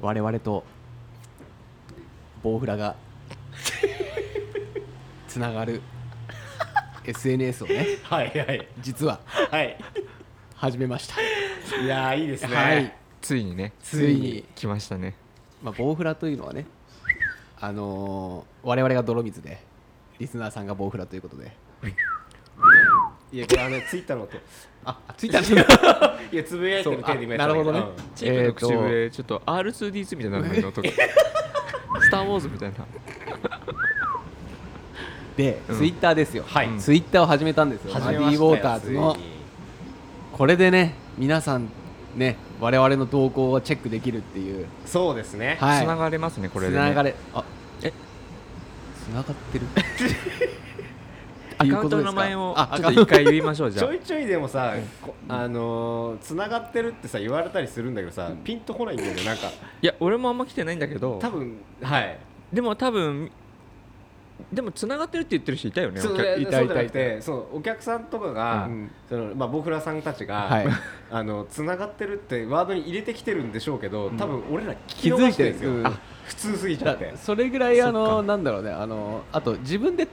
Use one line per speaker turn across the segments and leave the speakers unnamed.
我々とボウフラがつなが る SNS をね
はいはい
実は
はい
始めました、
いやーいいですね、
はい、
ついにね
ついに、
来ましたね
まあ、ボウフラというのはねあのー我々が泥水でリスナーさんがボウフラということで
いやこれあのツイッターの音
あついた んだ
いやつぶやいてる手で今や
な
った
る
んだ
ほ
け
どね、
チーム
えー
の
と
口笛ちょっと R2D2 みたいな名 前の音がスター・ウォーズみたいな
で、
うん
ツイッターですよ、
はい
ツイッターを始めたんですよ
始
マディ
めま
ー・
し
ウ
たよ
ォーターズの
ついに
これでね皆さんね我々の動向をチェックできるっていう
そうですね、
はい
つながれますねこれ
つ
で、ね、
ながれあえつなが ってる
アカウントの名前を
あ
ち
ち
ょ
ょ
っ
っ
と
と
一回言いましょうじ
ち
ゃ
ょいちょいでもさ、こあのー、繋がってるってさ言われたりするんだけどさ、ピンとこないんだよねなんか
あいや俺もあんま来てないんだけど
多分はい
でも多分でもつながってるって言ってる人いたよね
そう
お客
い
い
や
た
そう
い
じゃ
た
ないく
た
てそうお客さんとかが、
うん
そのまあ、僕らさんたちが、
はい
あの繋がってるってワードに入れてきてるんでしょうけど、多分俺ら
気
気
づ
づ
い
い
て
て
る
るんですよ、
うん
あ普通すぎちゃって
だそれぐらいあのなんだろうねあのあと自分でた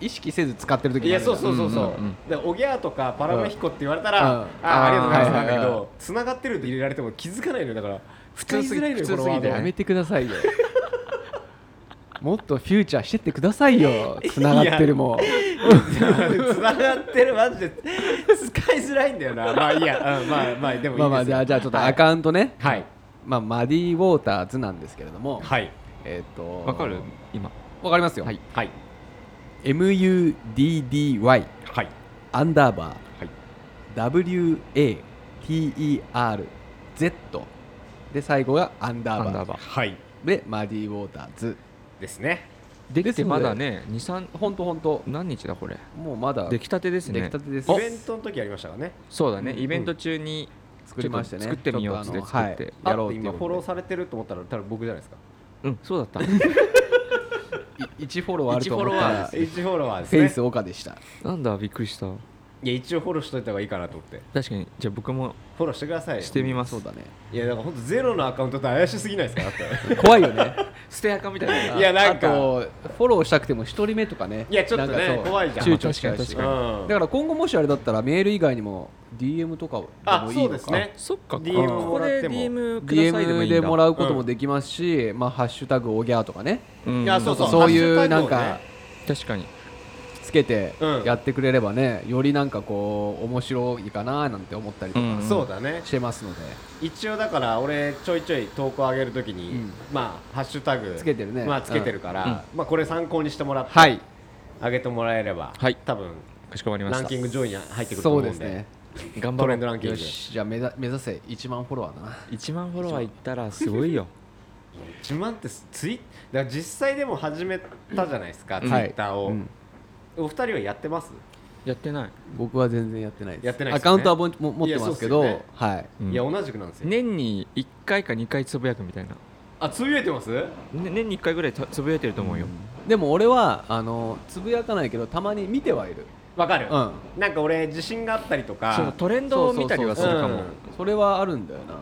意識せず使ってる時
い
もあ
や
るじゃ
そ
ん
うそうそうそう、
うんうんうん
でおぎゃーとかパラメヒコって言われた
うん
ら、
うん
ああありがとうございます
あ
な
ー
んだ
はい
け
はいは
ど繋がってるって入れられても気づかないのよだから普通すぎ
普
普
通
通
す
す
ぎ
ぎて
て
やめ てくださいよ もっとフューチャーしてってくださいよつながってるもん
つながってるマジで使いづらいんだよなまあいいや、うんまあまあでもいいですよ
まあまあじゃあじゃあちょっとアカウントね、
はい
まあ、マディ・ウォーターズなんですけれども、
はい
えっ、と
わかる今
わかりますよ、
はい
はい
MUDDY
はい
アンダーバ
はい
ー WATERZ で最後がアンダ
ア
ー
ンダ
バ
ーバー
はい
ーでマディ・ウォーターズ
ですね
でき
です
て
の
ま
で
だね23
ほんとほんと
何日だこれ
もうまだ
出来たてですね
出来たてです
イベントの時ありましたからね
そうだね
うん
イベント中に
作りましたね
ちょっと作ってみようっ
ち
つっ
ょ
て
と
作って
あのはいやろうって
やろうっ
い
て
う
今フォロー
こ
されてると思ったら多分僕じゃないですか
うんそう だった
とでい一フォロワーあると思っ
一
た
フォロワ
ら
ー
フ
一フォロワーですね
ェイス岡でした
なんだびっくりした
いや一応フォローしといた方がいいかなと思って
確かにじゃあ僕も
フォローしてくださいよ
してみます
そうだね
いやだから本当ゼロのアカウントって怪しすぎないですかだって
怖いよね
捨てアカみたい
いやなんか
あとフォローしたくても一人目とかね
いやちょっとね
なんかそう
怖いじゃん
躊躇しちゃうし
確かに確かに
うん
だから今後もしあれだったらメール以外にも DM とかで
あ
もい
そ
いうの
です
か
ね
そっか
DM
ここ
もらっ
で
ても
DM くださいでも
DM
いいんだ
でもらうこともできますし、まあ、ハッシュタグおぎゃーとかね、
うん
いやそうそう
そういう
ハッシュタ
なん
グをね
か
確かに
つけて
うん
やってくれればね、よりなんかこう面白いかななんて思ったりと
うん
か
そうだね
してますので、
一応だから俺ちょいちょい投稿上げるときに、
うん
まあハッシュタグ
つけてるね
まあつけてるから、
うん
まあこれ参考にしてもらって、
はい
上げてもらえれば、
はい
多分
かしこまりま
ラ
し
ン
た
キング上位に入ってくると
そ
思う
うん
で
ですね
頑張
ト
ろ
レンド
う
ランキン
よ
グ
しじゃあ目ざ目指せ1万フォロワーだな
1万フォロワーいったらすごいよ
1万ってツイだから実際でも始めたじゃないですか、
う
ツ
ん
イッターを、
うん
お二人はやってます
やってない
僕は全然やってないです
やってないです
アカ
よね
ウントはもも持ってますけど
いやそうです
はい
うん
いや同じくなんですよ、
年に1回か2回つぶやくみたいな
あつぶやいてます
ね年に1回ぐらいたつぶやいてると思うよ
でも俺はあのつぶやかないけどたまに見てはいる
わかる、
うん
なんか俺自信があったりと
そう
か
トレンドを見たりはするかも
そうそう
それはあるんだよな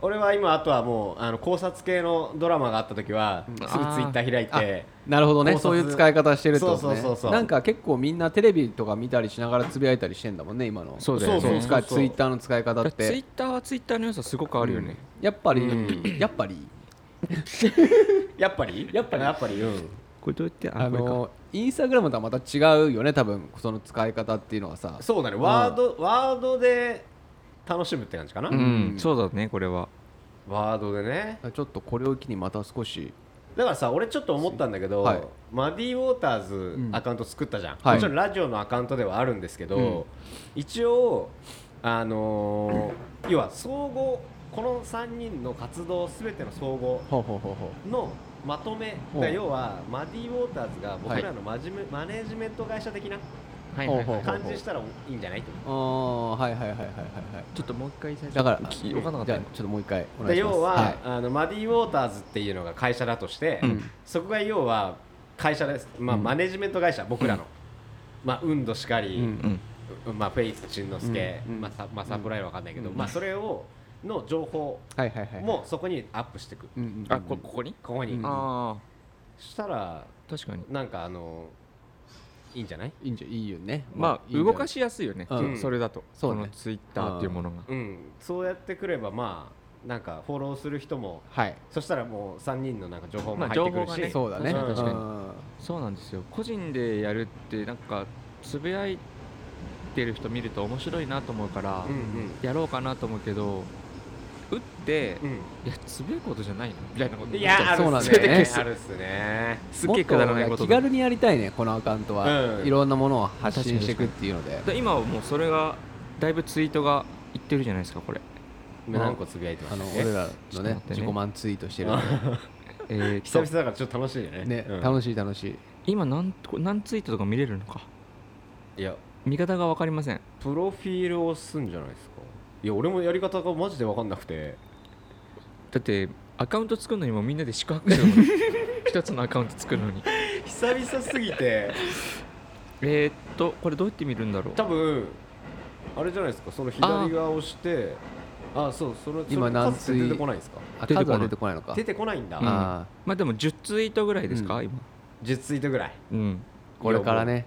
俺は今あとはもうあの考察系のドラマがあった時は、すぐツイッター開いて
なるほどね
考察
そういう使い方してるってことね
そうそうそうそう
なんか結構みんなテレビとか見たりしながらつぶやいたりしてんだもんね今の
そうだよね
そうそうそう
使いツイッターの使い方っ
ツイッ
て
ターはツイッターの良さすごくあるよね、
やっぱり、
うん
やっぱり
やっぱり
やっぱり
やっぱりうん
これどうやって
あ
あこれか
のインスタグラムとはまた違うよね多分その使い方っていうのはさ
そうだね
ん
ワード、ワードで楽しむって感じかな、
うん、そうだねこれは
ワードでね
ちょっとこれを機にまた少し
だからさ俺ちょっと思ったんだけど、
はい
マディ・ウォーターズ
ん
アカウント作ったじゃん、
はい
もちろんラジオのアカウントではあるんですけど、
うん
一応あのー要は総合この3人の活動すべての総合
ほうほうほうほ
のまとめ
ほう
だから要はマディ・ウォーターズが僕らのマジメ、マネージメント会社的な
は
ほうほうほう
感じにしたらいいんじゃないと思
う
う
あーはいはいはいはいはいはい
ちょっともう一回最初
だから
聞き分かんなか
じ
った
ゃあ
よ
ちょっともう一回お願
で
いします
要は、
はい
あのマディ・ウォーターズっていうのが会社だとして、
うん
そこが要は会社です、まあ
うん
マネジメント会社僕らの、まあ、ウンドしかり、
うん
うん
まあ、フェイス・チンのすけ、
うん
まあ、サまあサプライは分かんないけど、まあ、それをの情報
はいはいはい
もそこにアップしていく、
うんうんうんうん
あこここに
ここに、
うん
あ
そしたら
あ確かに
なんかあのいいんじゃない
いいんじゃいいよね
まあ
いいんじゃ
動かしやすいよね、
うん
それだと
そうね
このツイッターっていうものが
うんそうやってくればまあなんかフォローする人も
はい
そしたらもう3人のなんか情報も
まあ
入ってくる
情報
し、
がね
そうだね
確かに確か
に
うん
そうなんですよ個人でやるってなんかつぶやいてる人見ると面白いなと思うから、
うん
やろうかなと思うけど打って、
うん
いやつぶやくことじゃないのみたいなこと
うんいやある
そう
っ
なん
す
だよね
ねあるっすね
すっげえくだらないこと
もっ気軽にやりたいねこのアカウントは、
うん
いろんなものを発信していくっていうので
だ今はもうそれがだいぶツイートがいってるじゃないですかこれ
まあ
何個つぶやいてま
あ
し
の
たっけ
俺ら
ちょ
のね
っと待ってね
自己満ツイートしてるん
えー っ
久
と
々だからちょっと楽しいよね
でね、
うん
楽しい楽しい
今何と何ツイートとか見れるのか
いや
見方が分かりません
プロフィールを押すんじゃないですかいや俺もやり方がマジで分かんなくて
だってアカウント作るのにもみんなで宿泊する のに一つのアカウント作るのに
久々すぎて
えー、っとこれどうやって見るんだろう
多分あれじゃないですかその左側を押してあそうその
今
その
何
数
ツ
っ
イ
て出てこないですか
あ
出てこない
数は出てこないのか
出てこないんだ、
うん
あ
まあでも10ツイートぐらいですか、
うん
今
10ツイートぐらい
うん
ーこれからね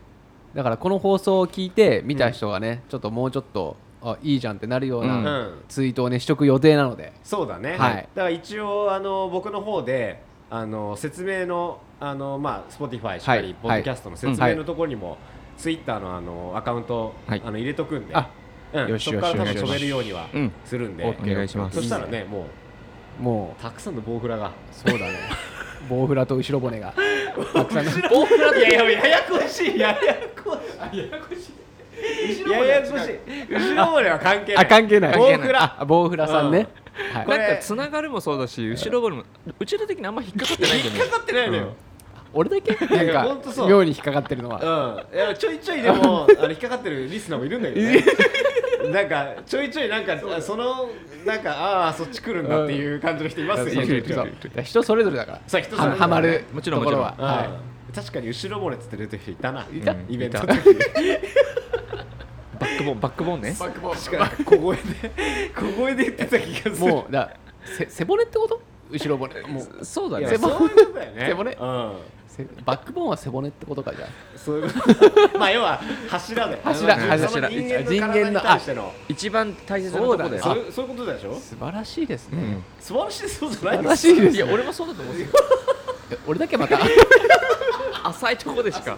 だからこの放送を聞いて見た人がね、ちょっともうちょっとあいいじゃんってなるよう
う
な、
ん、
ツイートをねしとく予定なので
そうだね、
はい
だから一応あの僕の方であの説明のあの、まあ、Spotify しっか
はい
りポッドキャストの説
は
明
い
のところにも、Twitter のあのアカウント、
はい
あの入れとくんで、
あ
うん
よし
そこから多分
よしよし
飛べるようには
うん
するんで、
オッケー
お願いします
そしたらねもう
も
たくさんのボウフラが
うそうだねボウフラと後ろ骨がたくさんの
ボウフラいやいやややこしいややこしいややこしいややこしい後ろまでは関係な
あ
い
関係ない
ボウフラ
あボウフラさんね、はい
これ
なんかつながるもそうだし後ろ頃もうちの的にあんま引っかかってないんだよね
引っかかってないのよ、
俺だけ
やいや
な
ほ
ん
ん
か
とそう
妙に引っかかってるのは、
うん、いやちょいちょいでもあの引っかかってるリスナーもいるんだけど ねなんかちょいちょいなんかそのなんかああーそっち来るんだっていう感じの人いますよ
うん
ね
そう
ちょいちょい
そうだ
うん
から人それぞれだから
そう人それぞれ
ははまる
もちろん
ところは
も
は
確かに後ろもれつって出てる人いたな、
た
うんイベント
い
の
た
時に
バックボーンバックボーンね
確かに小声で小声で言ってた気が
い
する
もうだせ背骨ってこと後ろ骨もう
そうだ
いや
ね
背骨
そういうことだよね
背骨
うん
せバックボーンは背骨ってことかじゃあ
そういうことまあ要は柱だよ
柱
あのその
柱
人間の
人間
体
の
に対しての
一番大切なとこだ
そうだね
よ
そういうそういうことでしょ
素晴らしいです
う
ね、
ん
素晴らしいそうじゃ
素
ない
晴
で
ら
す
しいです
い
ね
や俺もそうだと思うんですよ
え俺だけまた
浅いとこでしか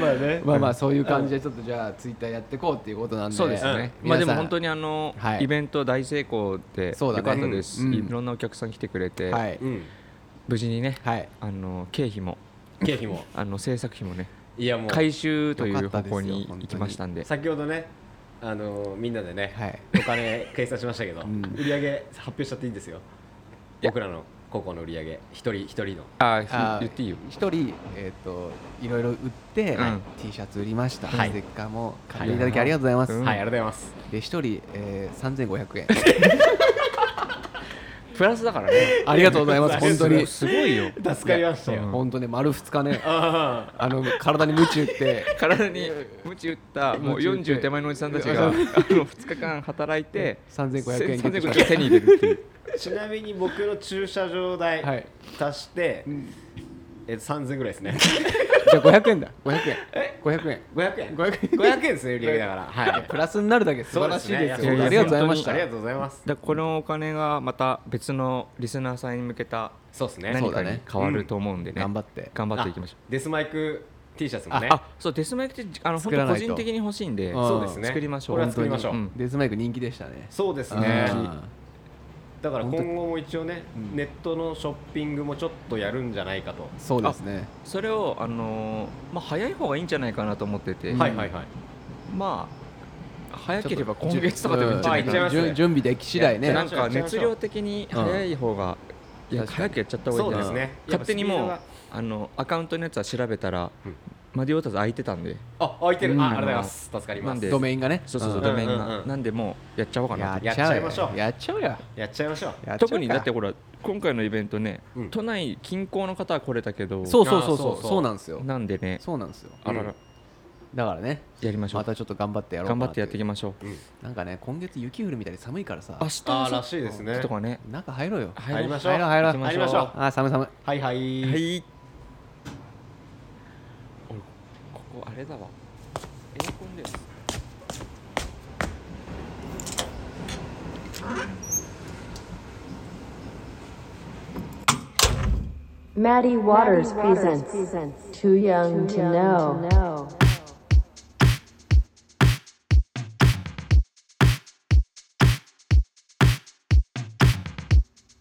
まあね
まあまあそういう感じでちょっとじゃあツイッターやっていこうっていうことなんで
そうですね、
うん
まあで
皆さ
も
ん
本当にあの、
はい
イベント大成功で
そう
よ
だ
か
ね
ったです、
うん
いろんなお客さん来てくれて、
はい、
うん
無事にね
はい
あの経費も
経費も
あの制作費もね
いやもう
回収とい
よ
う方向に
かったですよ
行きましたんで
先ほどねあのーみんなでね、
はい
お金計算しましたけど、
ん
売り上げ発表しちゃっていいんですよ
や
僕らの高校の売り上げ一人一人の
あ
あー
言っていいよ
一人、えー、といろいろ売って、
うん
T シャツ売りました、
はい
ステッカーも買っていただきありがとうございます、
うん
はいありがとうございます
で一人、えー、3500円
プラスだからね
ありがとうござい ます本当に
すごいよ
助かりましたよ、
いやうん
本当に丸2日ね
あ
あの体に鞭打って
体に鞭打ったもう
鞭打って
40手前のおじさんたちがあの2日間働いて
3500円ゲットしま
3500円手に入れるって いう
ーちなみに僕の駐車場代、
はい
足して、
ん
えー、3000ぐらいですね
じゃあ500円だ500円500円
500円
500
500円ですね売り上げだからはい
プラスになるだけ素晴らしいです
そう
よあ
ですね
りがとうございまし
あ
た
りがとうございます
だこのお金がまた別のリスナーさんに向けた
そうですね
そ
何
うだ
か
ね
に変わると思うんでね
頑張って
頑張っていきましょう
あデスマイク T シャツもね
あそうデスマイクってあの本
作ら
当
ない
個
と
人的に欲しいんで
あ
そうですね
作りましょう
これは作りましょう、
本当にうん
デスマイク人気でしたね
そうですね
あ
だから今後も一応ね、
うん
ネットのショッピングもちょっとやるんじゃないかと
ー、そうですね
それをあのーまあ早い方がいいんじゃないかなと思ってて
うん
はいはいはい
まあ早ければ今月とかでもいいんじゃないか
ちょっとうん
な
ます
準
ね
準備でき次第
い
ね
や
な
や
んか熱量的に早い方が
うん
いや
確かに
早くやっちゃった方
そう
がいい
です
んじゃない
ね
勝手に
やっ
も
ぱ
うあのアカウントのやつは調べたら
うん
マディオータズ空いてたんで
あ開いてる、
うん
あありがとうございます助かりま
なん
す
で
ドメインがね
そうそうそううんドメイン
うんうん
が
うん
なんでもうやっちゃおうかな
や
と
っちゃう
やっちゃいましょ
よ
う
やっちゃうよ
やっちゃいましょう
やっちゃうか
特にだってほら今回のイベントね
うん
都内近郊の方は来れたけど
そうそうそう
あ
そ
ーそううそう
そうなんですよ
なんでね
そうなんですよ
あら
う
ら
ん
だからね
やりましょう
またちょっと頑張ってやろうか
頑
な
張ってやっていき
ま
ましょう
なんかね今月雪降るみたいで寒いからさ
明日
あーらしいですね
とかね
中入ろうよ
入りましょう
入ろう入ろう
行き
入りましょう
あー寒い寒い
はいはい、
はい俺ここあれだわエアコンです
Maddie Waters, presents, Too Young, to, know.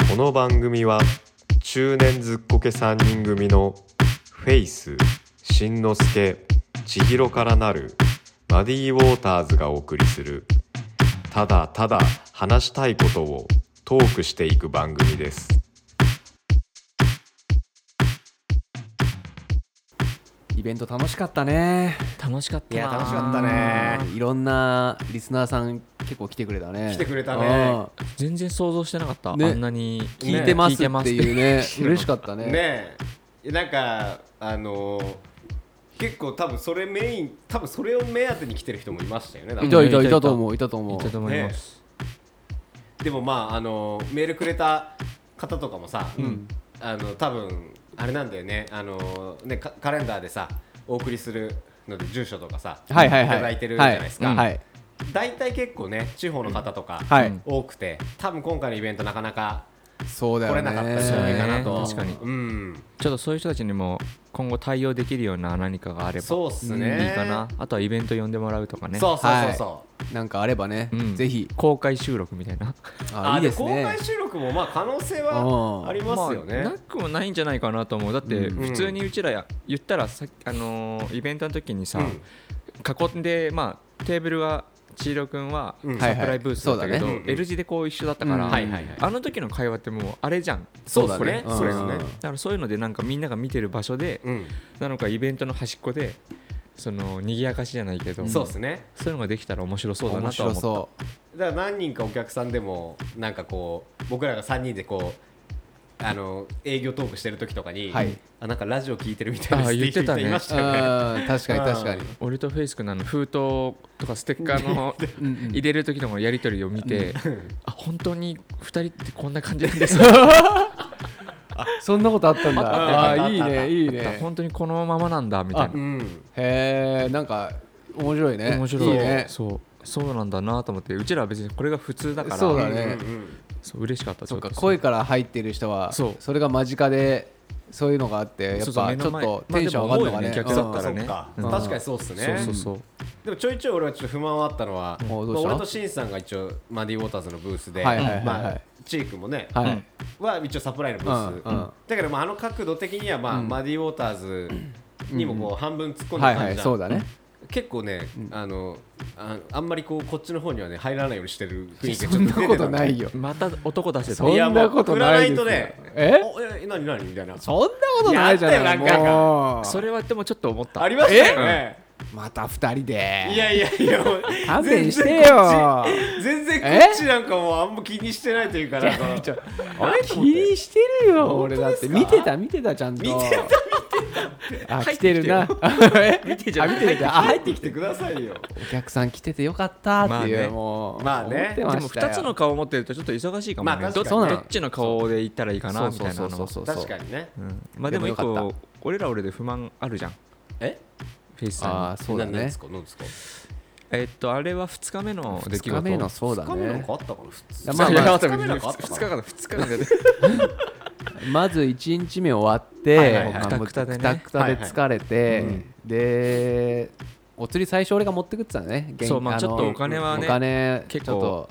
この番組は中年ずっこけ3人組のフェイスしんのすけ千尋からなるマディウォーターズがお送りするただただ話したいことをトークしていく番組です。
イベント楽しかったね
楽しかった
いや楽しかったねいろんなリスナーさん結構来てくれたね
来てくれたね
うん
全然想像してなかった、
ね
あんなに
聞いてます
聞
っていうね嬉しかったね
ねえなんかあのー結構多分それメイン多分それを目当てに来てる人もいましたよね多
い
分
たいたいたと思ういたと思
いたと
う
思います、
でもまああのーメールくれた方とかもさ、あの多分あれなんだよねあのーねカカレンダーでさお送りするので住所とかさ、
はいはいはい
ただいてるじゃないですか、
はいはい
大体結構ね地方の方とか
はい
うん
多くて多分今回のイベントなかなか
そうだ
来
よ
れ
ね
なかったんじゃないかなと、
そうね確か
うん
ちょっとそういう人たちにも今後対応できるような何かがあれば
そうっすね
いいかなあとはイベント呼んでもらうとかね
そうそうそうそう、
なんかあればね
うん
ぜひ
公開収録みたいな
あ
あ
いいです
でも公
ね
開収録もまあ可能性
うん
はありますよね。
まあなくもないんじゃないかなと思うだって
う
普通にうちらや言ったらさあのーイベントの時にさ、囲んでまあテーブルは千尋くんは
うん
サプライブースだったけど、
はい
はいそうだねうんうん
L 字でこう一緒だったから、
うん
はいはいはい
あの時の会話ってもうあれじゃん
そうだね。
うん
そうですね。
だからそういうのでなんかみんなが見てる場所で、
うん。
なのかイベントの端っこでその賑やかしじゃないけど
そうですね。
そういうのができたら面白そうだ
面
なとは
白
思った
そ
だから何人かお客さんでもなんかこう僕らが三人でこうあの営業トークしてる時とかに、
はい
あなんかラジオ聞いてるみたいな
あ言ってたね
いまし
う
たよね。
うん確かに確かに
俺とフェイス君のあの封筒とかステッカー の入れる時のやり取りを見てあ本当に2人ってこんな感じな んですか
そんなことあったんだ
あった
あ
あった
ーいい
あった
ねいいね
本当にこのままなんだみたい
うん。
へえんか面白いね
な面白い
いね
そうそうなんだなと思ってうちらは別にこれが普通だから
そうだ
うんう
ね
ん
そう嬉しかった
そっか
ちょと
声から入ってる人は
そう
それが間近でそういうのがあってやっ
そうそう
ぱ
目
ちょ
の
っ
前
とテンション上がるのがね
まあでも多いよね客
う
だ
ん
ったらね
そっか、
うん
確かにそうですね
そうそうそう
でもちょいちょい俺はちょっと不満はあったのは、
おどう
まあ
した
俺とシンさんが一応マディウォーターズのブースで、
はいはいはいはい
まあチークもね、
はい
は一応サプライのブース、
うんうん
だけどまああの角度的にはまあ、マディウォーターズにもこう半分突っ込んで
はい
る
は
感
い
じだ、
そうだね
結構ね、あのああんまりこうこっちの方にはね入らないようにしてる雰囲気が
そんなことな
よ
いよ
また男出せた
そんなことないですよ
いやもう振らない
え
とねえ何何みたいな
そんなことないじゃない
やったよなんか
もう
それはでもちょっと思った
ありましたよね
また二人
い
で
やいやいやもう
勘弁してよ
全然こっち全然こっちなんかもうあんま気にしてないというかなんか
俺気にしてるよ
本当
俺
ですか
だって見てた見てたちゃんと見てた見てたあ来てるな え見てあ見てたあ
入ってきてくださいよ
お客さん来ててよかったっていう、
まあね
もう
まあね
思って
で
ま
も
した
2
よ
つの顔を持ってるとちょっと忙しいかもね,、
まあ
ど
確かにね
どっちの顔で行ったらいいかなみたいなのは
そうそう
確かにね
うんまあでも一
でもよかっ
個俺ら俺で不満あるじゃん
え
フェイスさん
あ
に
あそうだ
ななんで
ね
すかなんですか
えっとあれは2日目の出来事
2日目のそうだ
二日目なん
ね
かあったかな普通
まあ
いや
まあ
二日目なんかあったかな
二日間2日間で
まず1日目終わって
はいはいはい
まあもう
くたくたでね
くたくたで疲れて、でお釣り最初俺が持ってくってたのね現
そうまあ
の
ちょっとお金はね
お金
結
結
構
構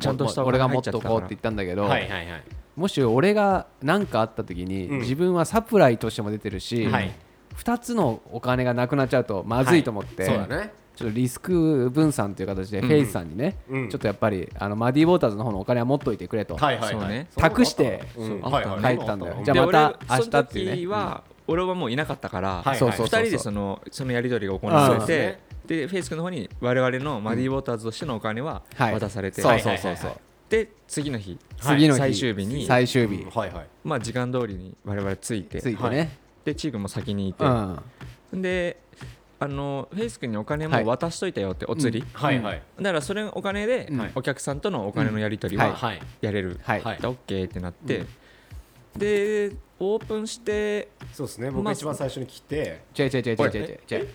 ちゃんとしたお
俺が
金入
持っ
っちゃった
と
から
こうって言ったんだけど、
はいはいはい
もし俺が何かあった時に、
うん
自分はサプライとしても出てるし、
はい
2つのお金がなくなっちゃうとまずいと思って、
そうだね
ちょっとリスク分散という形でフェイスさんにね、
うん
ちょっとやっぱりあのマディ・ウォーターズの方のお金は持っといてくれと、
はいはい
そう
は
ね
い
託して
うん
そう
はいはい
帰ったんだよ
うん
じゃあまた明日っていうね
その時は俺はもういなかったから、
はい
そう
はい
そうそう
2
そう
人でそのそのやり取りが行われ
あー
てでフェイス君の方に我々のマディウォーターズとしてのお金は
はい
渡されて、
そうそうそうそう、
で次の日、
はい
次の日
最終日に
最終日、
うんはいはい
まあ、時間通りに我々着いて
ついてね、
でチークも先にいて、
うん
であのフェイス君にお金も渡しといたよって、お釣り、
はいはい
だからそれお金で
はい
お客さんとのお金のやり取り
うん
は
はい
やれる、
はい
で OK ってなって、
う
でオープンして
そうですね僕が
まあ
一番最初に来て
違う違う違う違う違う違う違う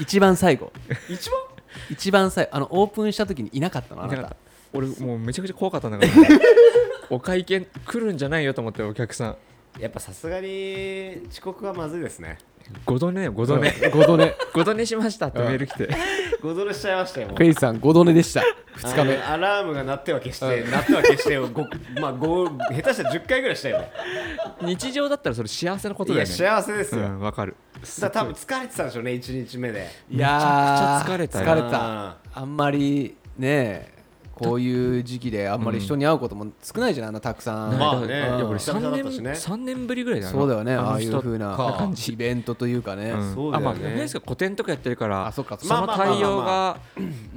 一番最後
一番
一番最後あのオープンした時にいなかったのあなた
俺もうめちゃくちゃ怖かったん だからお会計来るんじゃないよと思ってお客さん
やっぱさすがに遅刻はまずいですね
5度寝よ5度寝
5度寝
5度寝しましたってメール来て
ごぞろしちゃいましたよもう
フェイスさん5度寝でした2日目
あのアラームが鳴っては消して鳴っては消してご まあご下手したら10回ぐらいしたよね
日常だったらそれ幸せなこと
い
だ
や
よね
幸せですよ、
う
だか
んわかる
ら多分疲れてたんでしょうね1日目で
いやー
めちゃくちゃ疲れたよ
疲れ
あ
たあんまりねこういう時期であんまり人に会うことも少ないじゃないあんなたくさん、
まあね
いや俺
久々だったし
3
ね
年三年ぶりぐらいだな
そうだよねあ
の
あいう
人
風な
か
イベントというかね、
うん
そうだよね
あまあフェイスが古典とかやってるから
あそっかそっ
の
まあまあまあまあ
対応が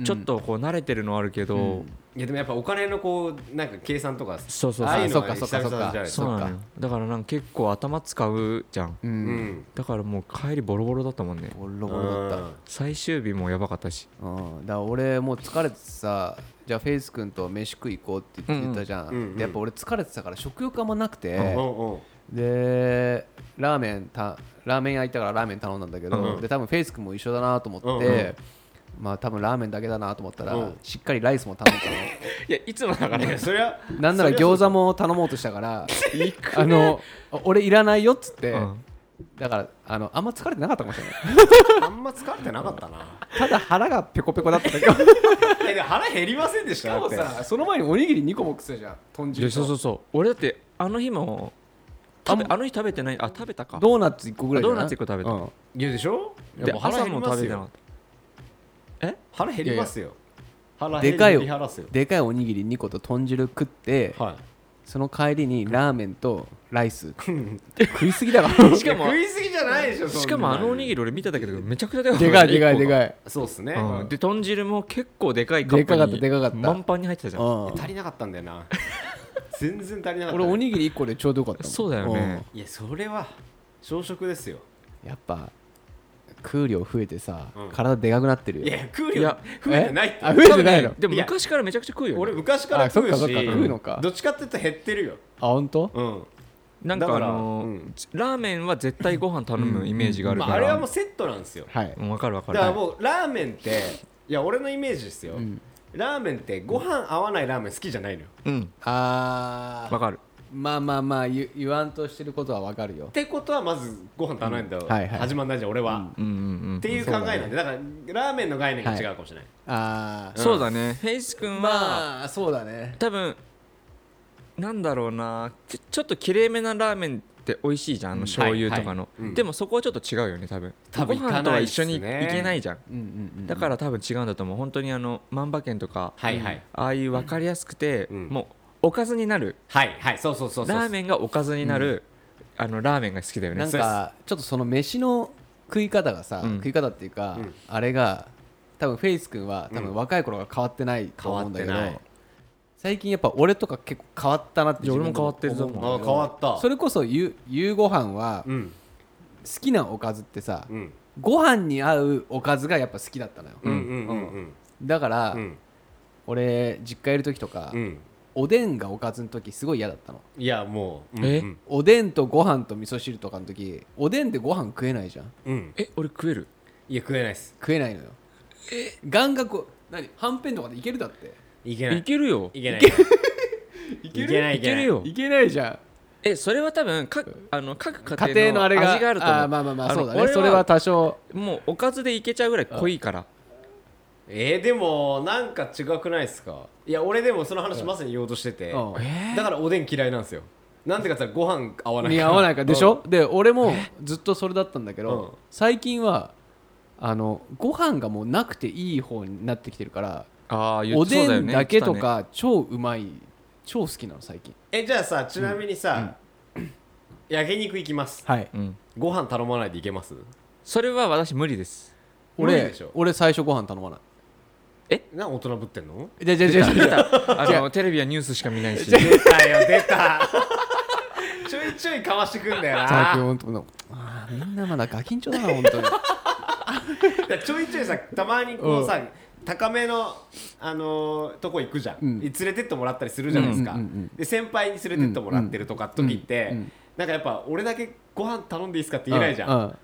ちょっとこう慣れてるのはあるけど、
いやでもやっぱお金のこうなんか計算とか
そうそうそう
ああいうのが
あそっかそっか
久々じゃないです
そう
か
なのよだからなんか結構頭使うじゃん、
うん
うん
だからもう帰りボロボロだったもんね
ボロボロだった
最終日もやばかったし
うん、だから俺もう疲れてさじゃあフェイス君と飯食い行こうって言ってたじゃん、
うんうん
でやっぱ俺疲れてたから食欲あんまなくて、
うんうん
でラーメンたラーメン屋行ったからラーメン頼んだんだけど、
うんうん
で多分フェイス君も一緒だなと思って、
うんうん
まあ多分ラーメンだけだなと思ったら、
うん
しっかりライスも頼んだ
いやいつもだか
いやそりゃ
のなんなら餃子も頼もうとしたからあの俺いらないよっつって、
うん
だからあのあんま疲れてなかったかもしれない
あんま疲れてなかったな
ただ腹がペコペコだっただけし
えでも腹減りませんでした
か
だ
も
って
さその前におにぎり2個も食ってたじゃん豚汁と
そうそうそう俺だってあの日も食べあの日食べてないあ食べたか
ドーナツ1個ぐらいじゃない
ドーナツ一個食べた
うん
いやでしょ
で
やっぱ
朝も食べ
す
てなか
よ
った
腹減りますよ腹減
で
り
かい
減り腹すよ
でかいおにぎり2個と豚汁食って、
はい
その帰りにラーメンとライス食いすぎ だから
しかも
食いすぎじゃないでしょそんな
しかもあのおにぎり俺見ただけでめちゃくちゃでか
でかいでかいで
い、
かい
そうっすね、
うんで豚汁も結構でかいカ
で
ップに
かかったでかかった
満杯に入ってたじゃん
うん
足りなかったんだよな全然足りなかった、
俺おにぎり1個でちょうどよかったもん
そうだよね
いやそれは朝食ですよ
うんやっぱ食う量増えてさ、
うん
体でかくなってるよ
いや食う
い
量
や
増えてないっ
あ
て
増えてないの
でも
いや
昔からめちゃくちゃ食うよね、
俺昔から
あそっ
食
か
う
そっか
し
食うのか
どっちかっていうと減ってるよ
あ本当
うん
なんか
だ
あ
から
のー
うん
ラーメンは絶対ご飯頼むイメージがある
ま
か
あ、
ら、
あれはもうセットなんですよ
はい
うんわかるわか
だ
る
からもうラーメンっていや俺のイメージですよ、ラーメンってご飯合わないラーメン好きじゃないのよっ
うん
あ
わ
ー
かる
まあまあまあ言言わんとしてることはわかるよ
てことはまずご飯頼まないんだよ、
んはいはい
始まんないじゃん俺は、
うんうん
っていう考えなんでだからラーメンの概念が違うかもしれない、
あ
うんそうだねフェイス君
あ
は、
まあそうだね
多分なんだろうなちょちょっときれいめなラーメンって美味しいじゃんあの醤油とかの、
いうん
でもそこはちょっと違うよね多分
多分
ご飯とは一緒に
行
い
かないっすね
けないじゃん、
うんうんうん
だから多分違うんだと思う本当にあの万馬券とか、
はいはい
ああいう分かりやすくて、
うん
もうおかずになる
はいはいそうそうそうそう
ラーメンがおかずになる、あのラーメンが好きだよね
なんかちょっとその飯の食い方がさ、
うん
食い方っていうか、
うん
あれが多分フェイス君は多分若い頃が変わってないと思うんだけど、
変わってない
最近やっぱ俺とか結構変わったなって
いや俺も
自分で
変わってると
思うあ変わった
それこそ夕夕ご飯は好
うん
きなおかずってさ、
うん
ご飯に合うおかずがやっぱ好きだったのよ、
うんうんうんうん
だから、
うん
俺実家いる時とか、
うん
おでんがおかずの時すごい嫌だったの
いやもう
え
うん
おでんとご飯と味噌汁とかの時おでんでご飯食えないじゃん
うん
え俺食える
いや食えないっす
食えないのよえガンガこう何はんぺんとかでいけるだって
いけない
いけるよ
いけないい
ける
け ない
いけるよ
いけないじゃん
えそれは多分かあの各
家
家
庭
庭
の
の
あれが
味があると思う
ーまあまあまあ
の
そうだね
俺
それは多少
もうおかずでいけちゃうぐらい濃いから
えーでもなんか違くないっすかいや俺でもその話まさに言おうとしてて
うん
だからおでん嫌いなんですよなんでかって言ったらご飯合わない
に合わないからでし
うん
ょで俺もずっとそれだったんだけ
うん
ど最近はあのご飯がもうなくていい方になってきてるから
ああ
おでんだけとか超うまい超好きなの最近
えじゃあさちなみにさ焼肉行きます
はい
うん、
ご飯頼まないでいけます
それは私無理です
無理
俺
でしょ
俺最初ご飯頼まない
なんか大人ぶってんの
じゃじゃじゃじゃ
あのテレビやニュースしか見ないし
出たよ出た ちょいちょいかわしてくんだよ
最近
な
本当のあーみんなまだガキンチョだな本当に
だからちょいちょいさたまにこうさ高めの、あのーとこ行くじゃん、
ん
連れてってもらったりするじゃないですか、
うんうんうんうん
で先輩に連れてってもらってるとか時って、
うんうん
なんかやっぱ俺だけご飯頼んでいいですかって言えないじゃん、
うん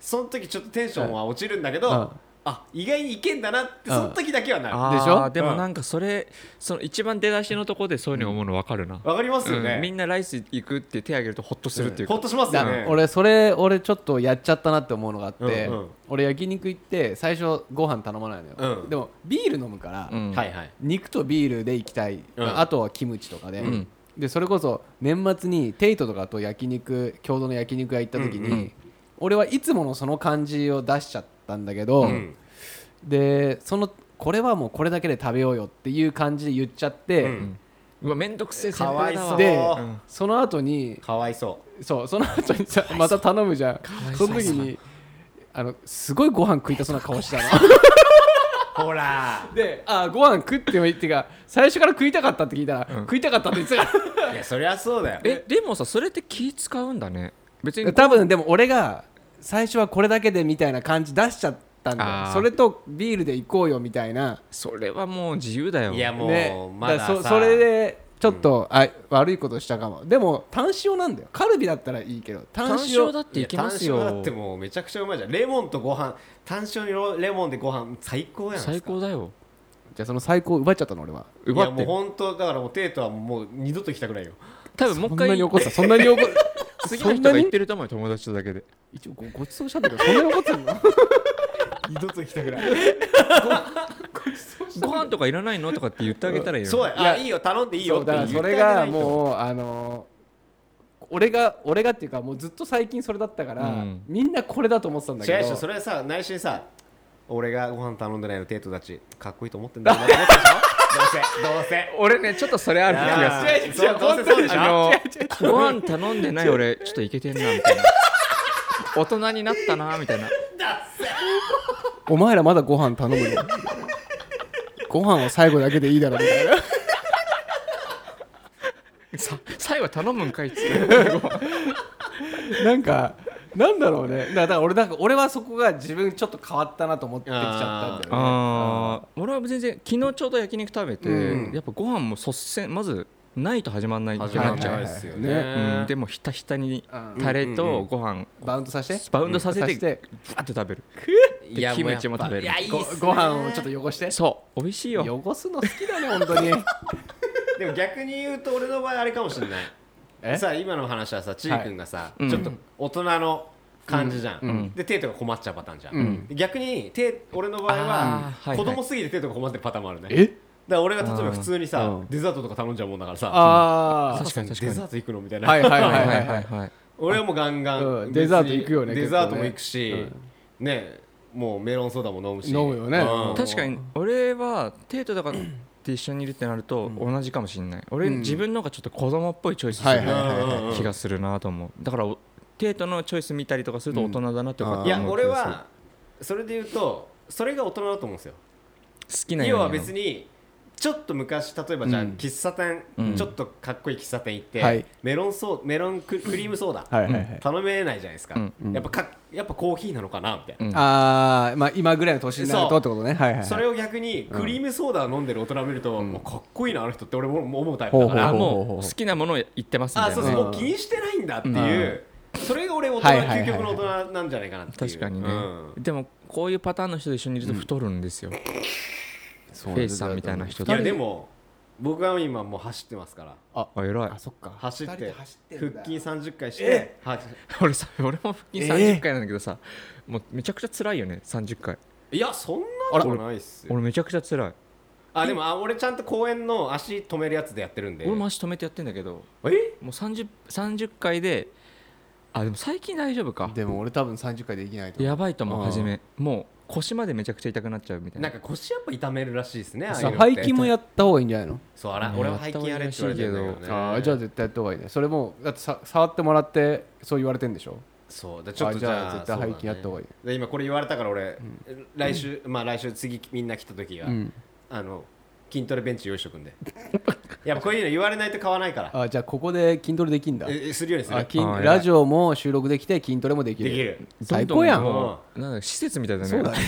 その時ちょっとテンションは落ちるんだけど、
うん
あ意外にいけんだなって
うん
その時だけはなるわ、
あ
でしょ
ーでもなんかそれ、その一番出だしのとこでそういうの思うの分かるな、
かりますよね、
うんみんなライス行くって手挙げるとホッとするっていうか、
ほっとします
だ
よね
俺それ俺ちょっとやっちゃったなって思うのがあって、
うんうん
俺焼肉行って最初ご飯頼まないのよ、
うん
でもビール飲むから、
うん
はいはい
肉とビールで行きたい、
うん
あとはキムチとかで、
うん
でそれこそ年末にテイトとかと焼肉郷土の焼肉屋行った時に、
うんうん
俺はいつものその感じを出しちゃったんだけど、
うん
でそのこれはもうこれだけで食べようよっていう感じで言っちゃって、
うん
うわめんどくせえ先
かわ
輩
い
だ
そう
わ
で
うん
その後に
かわいそ
そうその後にさまた頼むじゃん
わいそ
そうの時にあのすごいご飯食いたそうな顔してたの
うほら
であご飯食ってもいいっていうか最初から食いたかったって聞いたら、食いたかったって言ってたから
いやそりゃそうだよ
えでもさそれって気使うんだね別 に
多分でも俺が最初はこれだけでみたいな感じ出しちゃったんだよ
あー
それとビールで行こうよみたいな
それはもう自由だよ
いやもう、ま
か
だ
らそ
さ
それでちょっと、あ悪いことしたかもでも単塩なんだよカルビだったらいいけど単
単
塩
勝だっていけます
いや
よ
単勝だってもうめちゃくちゃうまいじゃんレモンとご飯単勝にロレモンでご飯最高やん
最高だよ
じゃあその最高を奪っちゃったの俺はい
や
奪っ
もう
て
本当だからもうデートはもう二度と行きたくないよ
多分もう
そ
一
んな
回
に怒ってたそんなに怒っ
次
そ
の
ん
人
な
が
に
言ってると思うよ友達とだけで
一応ごごちそうしたんだけどそんなに怒ってんの
二度と行きたくない
ご飯とかいらないのとかって言ってあげたらいいよ
そうや
いや
あいいよ頼んでいい
そ
よ
う
って
だから
言
そ
ってあ
れ
げな
が
いと
もうあのー俺が俺がっていうかもうずっと最近それだったから、
うん
みんなこれだと思ってたんだけ
違
ど
うでしょそれはさ内緒にさ俺がご飯頼んでないのデートたちかっこいいと思ってんだろうなって思ったでしょどうせどうせ
俺ねちょっとそれある気がする
違う違う違うどうせそうでしょ
あのご飯頼んでない俺ちょっといけてんなみたいな大人になったなみたいな
お前らまだご飯頼むのご飯は最後だけでいいだろみたいな
さ最後頼むんかいっつって
なんかなんだろうねだからだから俺なんか俺はそこが自分ちょっと変わったなと思ってきちゃったんだよね
あー俺は全然昨日ちょうど焼肉食べて、
うん
やっぱご飯も率先まずないと始まんないって
始
な
ま
っ
ん
ちゃ
な
う
いっすよ
ね
うん
ね
でもひたひたに
うん
タレ
うんうんう
と
ん
ご飯
バウンドさせて
バウンドさせ
うん
て
させて
ふわっと食べる
いや
キムチも食べる
やっぱいやいい
ご
っすね
ご飯をちょっと汚して
そう美味しいよ
汚すの好きだね本当に
でも逆に言うと俺の場合あれかもしれない
え
さあ今の話はさちい君がさ、
い
ちょっと大人の感じじゃん、
うんうん
でテイトが困っちゃうパターンじゃん、
うん
逆にテイ俺の場合
あ
は
ーはいは
子
い
供すぎてテイトが困ってるパターンもあるねだか
え
ら俺が例えば普通にさ、
うん
デザートとか頼んじゃうもんだからさ
あ
確かに確かに
デザート行くのみたい
あ
な、
はいはいは
はい
は
いはいい
は
はいいはい
俺はもうガンガン、
うんデザート行くよね
別
結
にデ
構ね
ザートも行くし、ねもうメロンソーダも飲むし
飲むよね
うん
うん
確かに俺はデートだからって一緒にいるってなると同じかもしれない俺、
うん
自分の方がちょっと子供っぽいチョイスする
はいはい
はいはい
気がするなと思うだからおデートのチョイス見たりとかすると大人だなって思う
いや俺はそれで言うとそれが大人だと思うんですよ
好きなよ
要
う
は別
に
にちょっと昔例えばじゃあ、
うん
喫茶店、
うん
ちょっとかっこいい喫茶店行って、
はい
メロンソーメロンククリームソーダ、
はいはいはい
頼めないじゃないですか,、
うん
うん
やっぱかやっぱコーヒーなのかなみたいな、
うん
ああまあ今ぐらいの年になるとってことねはいはいはい
それを逆にクリームソーダを飲んでる大人を見ると、もうかっこいいなあの人って俺ももう思うタイプだから
あ
ほうほうほう
もう好きなものを言ってますみた
あ
い
そ
な
う
ね
そう
うん
もう気にしてないんだっていう、それが俺大人、
はいはいはいはい
究極の大人なんじゃないかなっていう
確かにね、
うん
でもこういうパターンの人と一緒にいると太るんですよ、
そう
フェイスさんみたいな人
いやでも僕は今もう走ってますから
あ偉い
あそっか
走っ
二人
て
で走って
腹
んだ
筋30回しては
俺さ俺も腹筋30回なんだけどさ、もうめちゃくちゃ辛いよね30回
いやそんなことないっすよ
俺めちゃくちゃ辛い
あでもあ俺ちゃんと公園の足止めるやつでやってるんで
俺も足止めてやってんだけど
え
もう 30, 30回であでも最近大丈夫か
でも俺多分30回できないと思う
やばいと思
う
うん初めもう腰までめちゃくちゃ痛くなっちゃうみたい
な
なん
か腰やっぱ痛めるらしいですねああいう
さ
のって
背筋もやった方がいいんじゃないの
そうあら俺は背筋やれって言われてるんだけどね
ああじゃあ絶対やった方がいいねそれもうだってさ触ってもらってそう言われてんでしょ
そうだちょっと
あ
じ
じゃあ
ゃあ
絶対背筋やった方がいい
そうだねで今これ言われたから俺来週まあ来週次みんな来た時は
うん
あの筋トレベンチ用意しとくんで やっぱこういうの言われないと買わないから
あじゃあここで筋トレできんだ
ええするようにす
あ
る
筋
あー偉い
ラジオも収録できて筋トレもできる
できる
最高やん
ど
どん
もうなんだ施設みたいだね
そうだね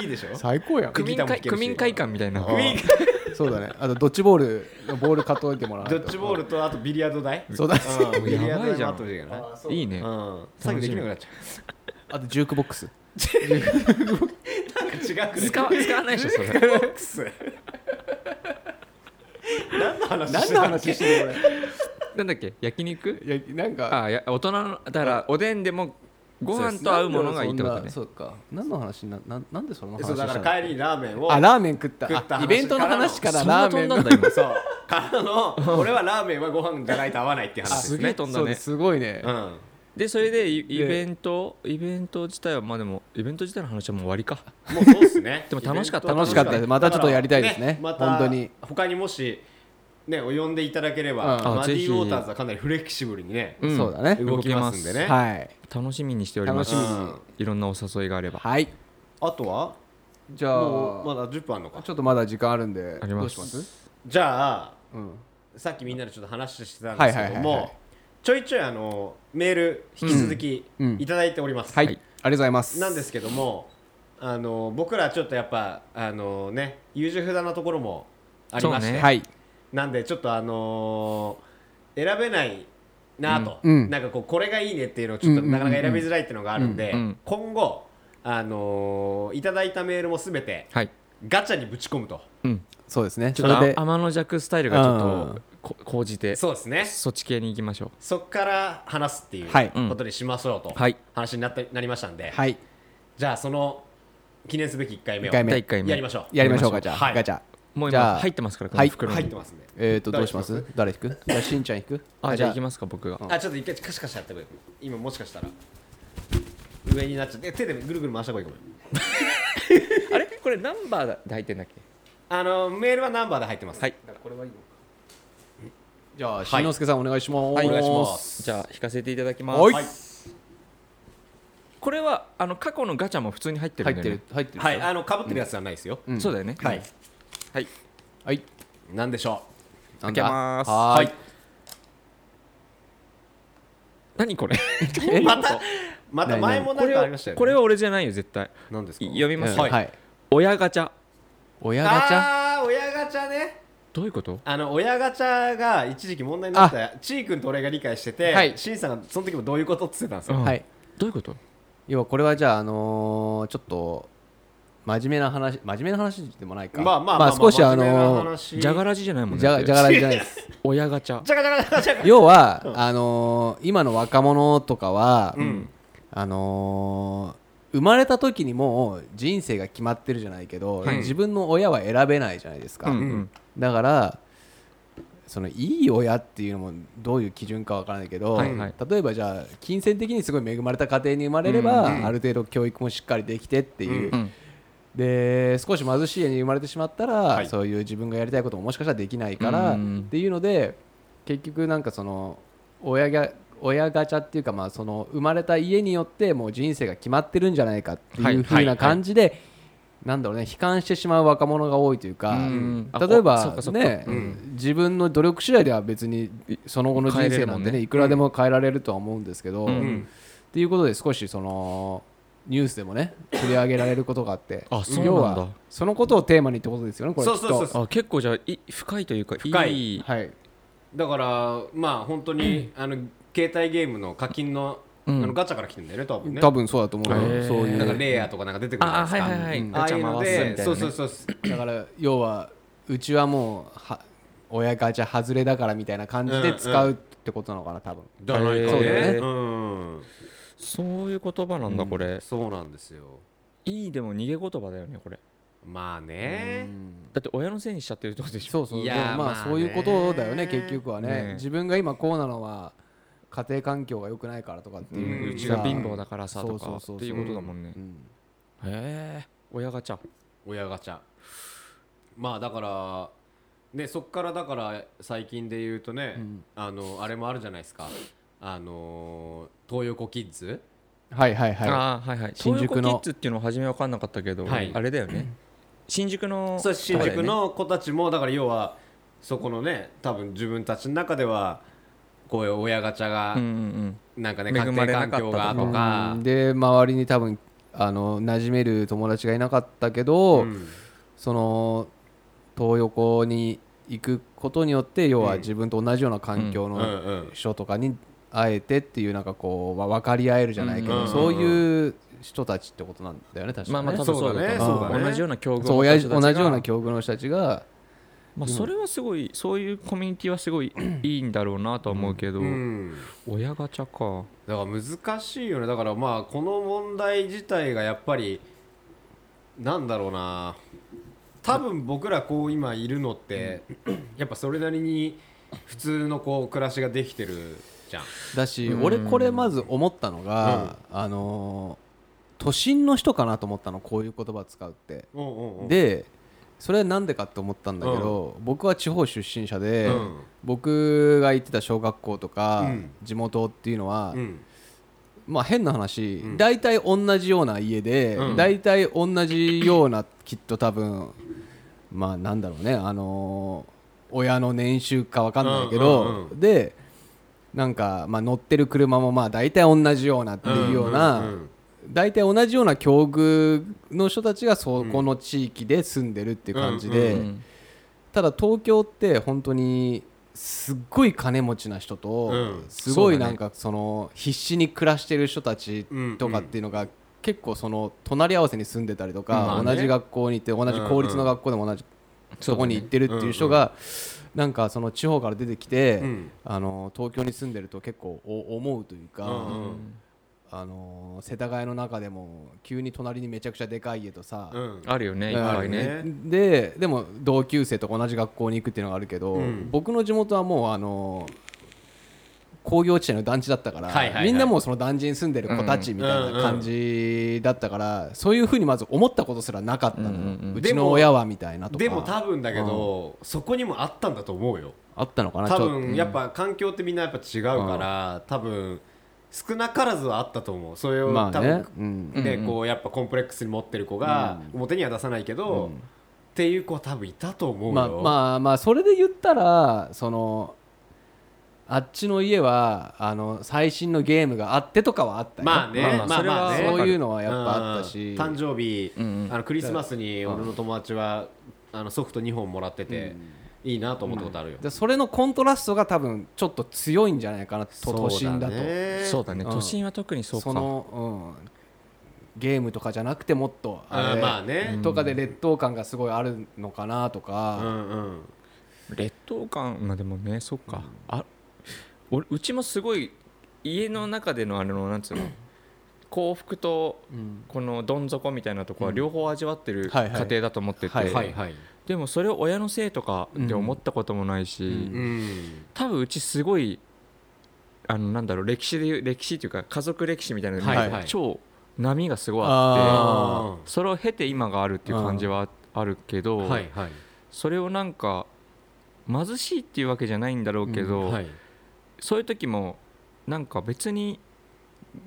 いいでしょ
最高やん
区民
ギターも弾
会
けるし
区民会館みたいな
あーそうだねあとドッジボールのボール買っといてもらわな
ド
いと
ッジボールとあとビリヤード台
そうだね
うんビリヤード
やば
台
いじ
も
ゃん
あってほしいよね
いいね
うん作業できなくなっちゃ
あとジュークボックス
うなんか違うくね
使 わ使わないでしょそれ
ボックス何の話
何の話してるこ
なんだっけ焼肉
れいやなんか
あいや大人のだからおでんでもご飯と合うものがいいってことね
そうか何の話なななんでその話
そうだか
したの
ら帰りにラーメンを
あラーメン食った
食った
あ
話
イベントの話からラーメン
そんな飛んだんだ今
そうからの俺はラーメンはご飯じゃないと合わないっていう話です
すげえ
ね
飛んだ
そうで
ね
すすごいね
うん
でそれでイイベントイベント自体はまあでもイベント自体の話はもう終わりか
もうそうっ すね
でも楽しかっ
イ
た
ベント
楽しかった
ですまたちょっとやりたいですね
だからまた
本当に
他にもしねお呼んでいただければ
うん
あ
マデ
ぜ
ィ
ひ
ウォーターズはかなりフレキシブルにね
うん
そうだね
動きますんでね
はい
楽しみにしております
楽し
みに
いろんなお誘いがあれば
はい
あとは
じゃ
も
あ
うまだ10分あるのか
ちょっとまだ時間あるんで
あります
どうします
じゃあ
うん
さっきみんなでちょっと話してたんです
はい
けど
はいはいは
も
い
ちょいちょいあのメール引き続き
うんうん
いただいております
はいありがとうございます
なんですけどもあの僕らちょっとやっぱあのね優柔不断なところもありまして、
そうね
はい
なんでちょっとあのー選べないなと、
うんうん
なんかこうこれがいいねっていうのをちょっと
うんうんうん
なかなか選びづらいっていうのがあるんで、
うんうん
今後あのーいただいたメールもすべて
はい
ガチャにぶち込むと
うん
そうですね
ち
そ
ょっと
れで
あ天の弱スタイルがちょっとこ講じて
そうですね
そっち系に行きましょ
そっから話すっていう
はい
ことにしましょうと
はい
話になってなりましたんで、
はい
じゃあその記念すべき1回目を
一回
う
目
第1回目
やりましょう
やりましょうかじゃ
は
あ
い
ガチャ
もう
じゃ
今
あ
入ってますからこ
は
の
い
袋に
入ってますね
えっとどうしま
誰
す
に
誰引くじゃあしんちゃん引く
あじゃあ行きますか僕が
あちょっと一回カシャカシャやってくれ今もしかしたら上になっちゃって手でぐるぐる回した方がいいかも
あれこれナンバーで入ってんだっけ
あのメールはナンバーで入ってます
はい
じゃあしんのすけさんお願いしますお
お願いします
じゃあ引かせていただきます
はい
はい
これはあの過去のガチャも普通に入ってる
入
ん
っ
だ
て
よ
る
ね
入ってる
はいあのかぶってるやつはないですよ、
うん
そうだよね
はい
はい
はい
なんでしょ
なん
開け
だ
ます
はーい
何これ
うまたまた前もな
こ
ん
れ
かあ
は
りましたよね
これは俺じゃないよ絶対
何ですか
読み
う
ま
ん
す
はい
はい
親ガチャ
親ガチャ
ああー親ガチャね
どういうこと
あの親ガチャが一時期問題になったちーくんと俺が理解してて、
はい
しんさんがその時もどういうことって言ってたんですよ、
うん
はい
どういうこと
要はこれはじゃああのーちょっと真面目な話真面目な話でもないか
まあまあ
まあ少しあ
真面目な
のー
話
じゃがらじじゃないもんね
じゃがじゃがらじゃないです
親ガチャ
じゃがじゃがじゃがじゃが
要は、あのー今の若者とかは、
ん
あのー生まれた時にもう人生が決まってるじゃないけど、
はい
自分の親は選べないじゃないですか、
うんうん
だからそのいい親っていうのもどういう基準かわからないけど、
はいはい
例えばじゃあ金銭的にすごい恵まれた家庭に生まれれば、
うんうん
ある程度教育もしっかりできてっていう、
うん
で少し貧しい家に生まれてしまったら、
い
そういう自分がやりたいことももしかしたらできないから、
うん
っていうので結局なんかその親が親ガチャっていうかまあその生まれた家によってもう人生が決まってるんじゃないかって
はいいう
風
は
ない感じで、なんだろうね悲観してしまう若者が多いというか、
うんあ
例え
そう
ば
かそうか
ね、
うん
自分の努力次第では別にその後の人生なんて
変えれるもん
ね
ね
いくらでも変えられるとは思うんですけど、
うん
うん
っていうことで少しそのニュースでもね取り上げられることがあって
あそうなんだ
要はそのことをテーマにってことですよねこれ
そうそ
きっ
う
と
そうそ
あ結構じゃあい深いというか
深い
いい
はい
だからまあ本当 にあの携帯ゲームの課金の,、
うん
あのガチャから来てんだよね多分ね
多分そうだと思うよ
へー
そうい
なんか
う
レイヤーとかなんか出てくるじゃないで
あは
す
い
か
はいはい
うん
あ
ガ
あ
チ
いう
ャ
の
回すみたい
で、
なね
そうそうそうそう
だから要はうちはもうは親ガチャ外れだからみたいな感じで使うってことなのかな多分
じゃないか
そうだよ
ね
ね
うん
そういう言葉なんだこれ
そうなんですよ
いいでも逃げ言葉だよねこれ
まあね
だって親のせいにしちゃってるってことでしょ
そうそう
い
で
や
も
ー
ま
ま
あ
あ
そういうことだよね結局はね
ね
自分が今こうなのは家庭環境が良くないからとかっていううんう
うちが貧乏だからさ
そ
と
うそ
か
うそう
っていうことだもんね
うん
へえ親ガチャ
親ガチャまあだからねそっからだから最近で言うとね、あのあれもあるじゃないですかあの東横キッズ
はいはいはい
ああはいはい
新宿の
東横キッズっていうのは初め分かんなかったけど
はい
あれだよね新宿の
そう新
とこだよ
宿
ね
の子たちもだから要はそこのね多分自分たちの中ではこういう親ガチャが
うんうん
なんかね、家
恵ま
庭
れな
環
かった
境
と
が
か
とか
うん、で周りに多分あの馴染める友達がいなかったけど、
うん
その東横に行くことによって要は自分と同じような環境
うん
の
うん
人とかに会えてっていうなんかこうわ分かり合えるじゃないけ
う
ど
んうんうん
そういう人たちってことなんだよね確
ま
か
あ
に
ま
ね
あ多分そうだ
そうだね
と思
そうだ
う
ね
同じような境遇
そう
の
親
人
じ
たちが
同じような境遇の人たちが
まあ、それはすごいそういうコミュニティはすご いいいんだろうなとは思うけど、
うん
親ガチャか
だから難しいよねだからまあこの問題自体がやっぱりなんだろうな多分僕らこう今いるのってやっぱそれなりに普通のこう暮らしができてるじゃん
だし俺これまず思ったのがあのー都心の人かなと思ったのこういう言葉使うって。
うんうんうん
でそれはなんでかって思ったんだけど、僕は地方出身者で、
うん
僕が行ってた小学校とか、
うん
地元っていうのは、
うん
まあ変な話、
うん
大体同じような家で、
うん
大体同じようなきっと多分まあなんだろうねあのー親の年収かわかんないけど、
うんうんう
でなんか、まあ、乗ってる車もまあ大体同じようなっていうような。
んん
大体同じような境遇の人たちがそこの地域で住んでるっていう感じ
う
で
ん
ただ東京って本当にすっごい金持ちな人
うん
とすごいなんかその必死に暮らしてる人たちとかっていうのが結構その隣り合わせに住んでたりと
まあ
か
ね
同じ学校に行って同じ公立の学校でも同じとこに行ってるっていう人がなんかその地方から出てきて
うん
あの東京に住んでると結構お思うというか。
うんうん
あのー世田谷の中でも急に隣にめちゃくちゃでかい家とさ、
うん
あるよねいっ
あ
ぱ
る
い
ね
ね
ででも同級生とか同じ学校に行くっていうのがあるけど、
うん
僕の地元はもうあのー工業地帯の団地だったから、
はいはいはい
みんなもうその団地に住んでる子たちみたいな感じだったから、そういうふうにまず思ったことすらなかったの、う
うんうんうん
ちの親はみたいなとか
でも多分だけどそこにもあったんだと思うよ
あったのかな
多
ちょっと
分やっぱ環境ってみんなやっぱ違うから多分少なからずはあったと思うそれを
ま
多
あね
分、
うん
で
うんうん
こうやっぱコンプレックスに持ってる子が表には出さないけど、っていう子は多分いたと思うよ、
まあまあまあそれで言ったらそのあっちの家はあの最新のゲームがあってとかはあったよ
まあね、
まあまあ
まあまあ
そ
ね
れは
そういうのはやっぱあった
う
し
ん誕生日、
うんうん
あのクリスマスに俺の友達はあのソフト2本もらってて、いいなと思ったことあるよ、
でそれのコントラストが多分ちょっと強いんじゃないかなと都心だと
そうだね
うん
都心は特にそうか
その、うん、ゲームとかじゃなくてもっとあ
あ
れ
まあね
とかで劣等感がすごいあるのかなと
う
か、
んうん
劣等感まあでもねそっか、あ俺うちもすごい家の中でのあのなんつ うの幸福と
うん
このどん底みたいなとこは両方味わってる
はいは
家
い
庭だと思ってて、
はい
はいはい、
でもそれを親のせいとかって思ったこともないし、
うん
うん
多分うちすごいあのなんだろう歴史でいう歴史というか家族歴史みたいなのが、
はいはい
超波がすごい
あ
あ
あ
ってそれを経て今があるっていう感じはあるけど、
ーはいはい
それをなんか貧しいっていうわけじゃないんだろうけど、
はい
そういう時もなんか別に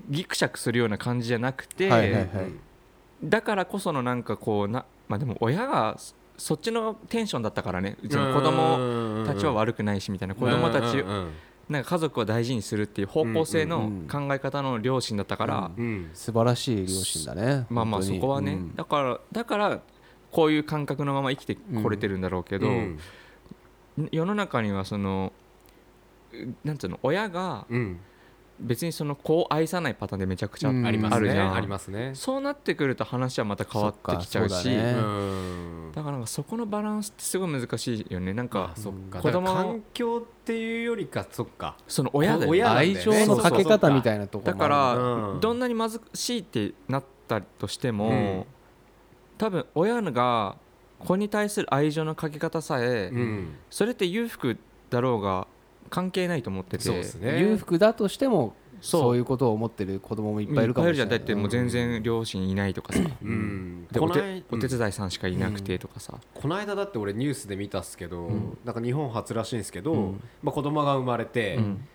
ギクシャクするような感じじゃなくて、
はいはいはい
だからこそのなんかこうなまあでも親がそそっちのテンションだったからねうちの子供たちは悪くないしみたいな子供たち
うんうん
なんか家族を大事にするっていう方向性の考え方の両親だったから、
うん
うんうん
素晴らしい両親だね
まあま
本
あ
当
そ
に
こはね、
うん
だからだからこういう感覚のまま生きてこれてるんだろうけど、
うん
世の中にはそのうなんつうの親が
うん
別にその子を愛さないパターンでめちゃくちゃ
うん
あります
あるじ
ね
ゃん
ありますね
そうなってくると話はまた変わってきちゃうし
そっかそ
だ,、
うだね
うん
からなんかそこのバランスってすごい難しいよねなん
あ
か
そっか
子供
だから環境っていうよりかそっか
その親だよね
親なんだ
愛
よね
情のかけ方みたいなとこ
だ
ろも
か
ある
ら、
うん
どんなに貧しいってなったとしても、
うん
多分親が子に対する愛情のかけ方さえ、
うん
それって裕福だろうが関係ないと思ってて
そうですね
裕福だとしても
そう
そういうことを思ってる子供もいっぱいいるか
いっぱ
も
いいる
し
じ
れ
ゃ
な
んだ
い
ってもう全然両親いないと かさ、
うん
で
こ
お
な
手
い
お手伝いさんしかいなくてとかさ、
この間だって俺ニュースで見たっすけど、
ん
なんか日本初らしいんですけど、
うん
まあ、子供が生まれて、
うん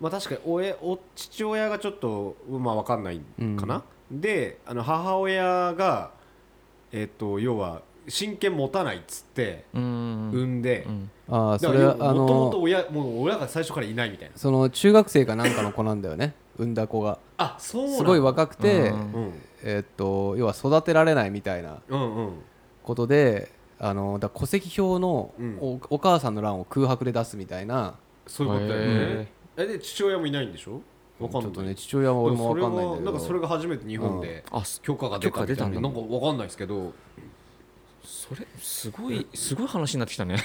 まあ、確かにおえお父親がちょっと、まあ、分かんないかな、であの母親が、えっと要は親権持たないっつって
うん
産んで、
うん
ああ
だ
そ
か
れ
ら
は
も
あ
ともと
の
親もう親が最初からいないみたいな
その中学生かなんかの子なんだよね産んだ子が
あそうなんだ
すごい若くて、
うん
うん
えーっと要は育てられないみたいな
うんうん
ことであのだから戸籍表の
うん
お,、お母さんの欄を空白で出すみたいな
そういうことだよねえで父親もいないんでしょわ
ち
か
ょ
んない
っとね父親は俺も分かんないんだけど
それはなんかそれが初めて日本で
あす
許可が出たみたいな
許可出たんだ
なんかわかんないです けど
それすごいすごい話になって きたね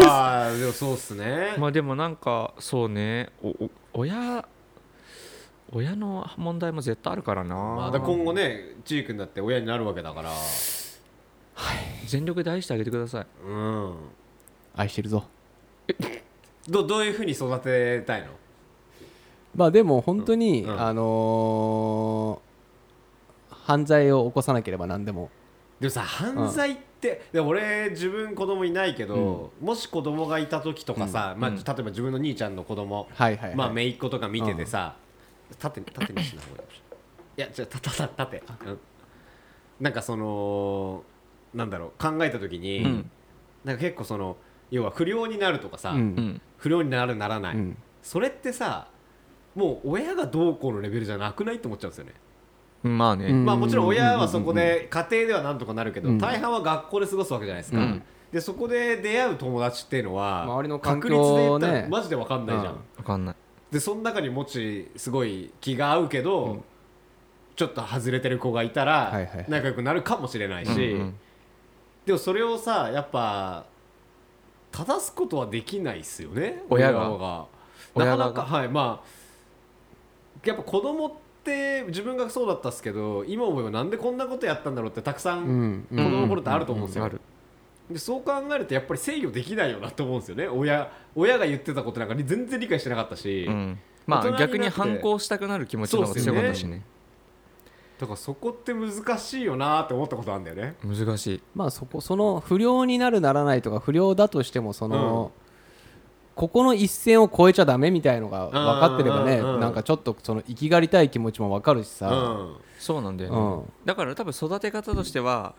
まあでもそうっすね
まあでもなんかそうねおお親親の問題も絶対あるからな、
まあ、だから今後ねチークになって親になるわけだから
全力で愛してあげてください
うん
愛してるぞ
どどういうふうに育てたいの
まあでも本当に、
うんうん
あのー犯罪を起こさなければ何でも
でもさ犯罪って、で俺自分子供いないけど、もし子供がいた時とかさ、まあ、例えば自分の兄ちゃんの子供、
はいはい、はい、
まあ姪っ子とか見ててさ、縦縦にしない方がいいかもしれないいやじゃあ縦縦縦、うん、なんかそのなんだろう考えた時に、
うん
なんか結構その要は不良になるとかさ、
うん
うん
不良になるならない、
うん
それってさもう親がどうこうのレベルじゃなくないって思っちゃうんですよね、
まあね、
うん
まあもちろん親はそこで家庭ではなんとかなるけど、
うん
大半は学校で過ごすわけじゃないですか、
うん
でそこで出会う友達っていうのは
周りの環境
確率で
を
言っ
ね
たらマジで分かんないじゃん、
うん
わかんない
でその中にもちすごい気が合うけど、
うん
ちょっと外れてる子がいた
はい
ら
はいはい
仲良くなるかもしれないし、
うんうん
でもそれをさやっぱ正すことはできないっすよね
親が
親がなか
親
なかはいまあやっぱ子供って自分がそうだったっすけど今思えばなんでこんなことやったんだろうってたくさ
うんん
子供の頃ってあると思うんですよ、
ある
でそう考えるとやっぱり制御できないよなと思うんですよね親親が言ってたことなんか全然理解してなかったし、
うんま
大人に
あ
なって
逆に反抗したくなる気持ちの方が強かったしね
だからそこって難しいよなって思ったことあるんだよね
難しい
まあそこその不良になるならないとか不良だとしてもその、ここの一線を越えちゃダメみたいのが分かってればね
うんうんうん
なんかちょっとその生きがりたい気持ちも分かるし
う
さ、
そうなんだよ
う
ね、
ん
だから多分育て方としては、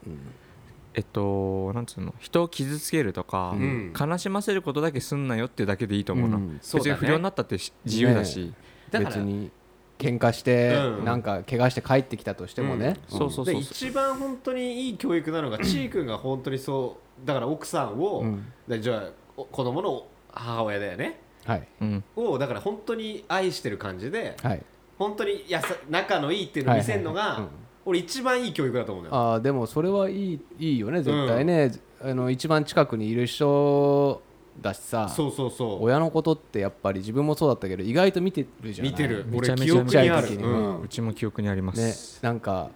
えっとなんつうの人を傷つけるとか、
ん
悲しませることだけすんなよってだけでいいと思うな、
うん
そうだ
別
ね
に不良になったってし自由だし、
だから
別に喧嘩して、
うん
なんか怪我して帰ってきたとしてもね、
うんそうそう
で
そう
一番本当にいい教育なのがちーくんが本当にそうだから奥さんを、
うん
でじゃあお子供の母親だよね
はい
うん
をだから本当に愛してる感じで、
はい
本当にやさ仲のいいっていうのを見せるのが、
はいはいはいうん
俺一番いい教育だと思うんだよ
あーでもそれはいいいいよね絶対ね、あの一番近くにいる人だしさ
そうそうそう
親のことってやっぱり自分もそうだったけど意外と見てるじゃない
見てる
めち
俺
ゃめ
記
ちゃ
憶にあ
見
る、
てる
うん
うちも記憶にありま
ね
す、
なんか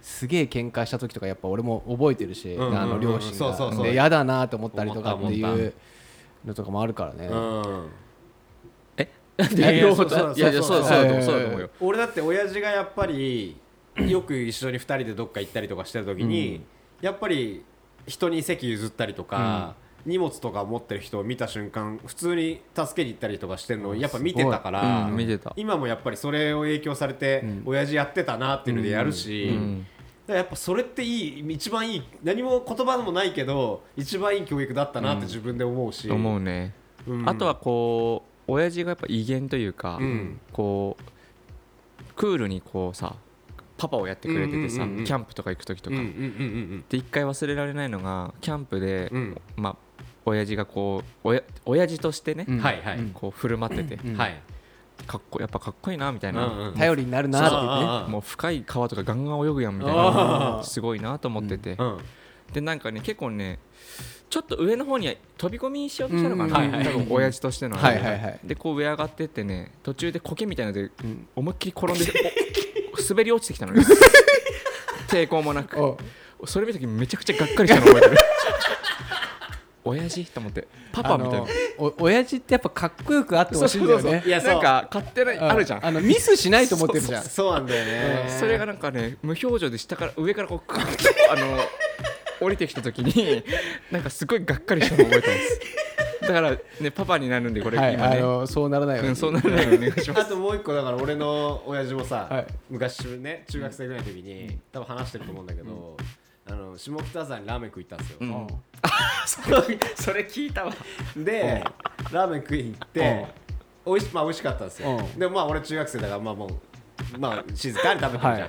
すげえ喧嘩した時とかやっぱ俺も覚えてるし、
うんうんうん
あの両親
そうそうそ
が
う
で嫌だなと思ったりとかってい
思った思っ
うのとかもあるからね、
うん
いやい やそうだ
そうそうそう
いやいやそうだそうだと思うそうだと思うよ
俺だって親父がやっぱりよく一緒に2人でどっか行ったりとかしてた時に、やっぱり人に席譲ったりとか、荷物とか持ってる人を見た瞬間普通に助けに行ったりとかしてるのをやっぱ見てたから、
うん見てた
今もやっぱりそれを影響されて、親父やってたなっていうのでやるし、
ん
だからやっぱそれっていい一番いい何も言葉もないけど一番いい教育だったなって自分で思うし、
思うね、
うん
あとはこう親父がやっぱ威厳というか、
うん
こうクールにこうさパパをやってくれててさ、
うんうんうんうん
キャンプとか行く時と
う
か、
んうんうんうん
で一回忘れられないのがキャンプで、
うん
まあ親父がこうおや親父としてね、
うん
はいはい、
こう振る舞ってて、
うん
はい、
かっこやっぱかっこいいなみたいな、
うんうん
頼りになるなって言ってね
ああ
もう深い川とかガンガン泳ぐやんみたい
あ
なすごいなと思ってて、
うん
でなんかね結構ねちょっと上の方には飛び込みしようとしたのかな、
うんうんうんはいはい
多分親父としてのね、
はいはいはい
でこう上上がってってね途中で苔みたいので
ん
思いっきり転んで、 お滑り落ちてきたのよ抵抗もなく
お
それ見た時めちゃくちゃがっかりしたの覚えてる親父と思ってパパ
あ
みたいな
のお親父ってやっぱかっこよくあってほしいんだよ
そうそう
ね
そういや
なんか勝手
う
なあるじゃん
あのミスしないと思ってるじゃん
そうなんだよね。
それがなんかね無表情で下から上からこうクッとあの降りてきた時になんかすごいがっかりしたのを覚えたんですだからねパパになるんでこれ
は
今
い、あ
ね、
のそうならないよう
う
に
ん、そうなるようにお願いしま
あ
す
ともう一個だから俺の親父もさ、
はい
昔ね中学生ぐらいの時に多分話してると思うんだけど、あの下北沢にラーメン食い行ったんですよ、
うん
そそれ聞いたわで、ラーメン食いに行って、美味し,、まあ、美味しかったんですよ、
うん
でまあ俺中学生だからまあもうまあ静かに食べてるじゃ
は
ん、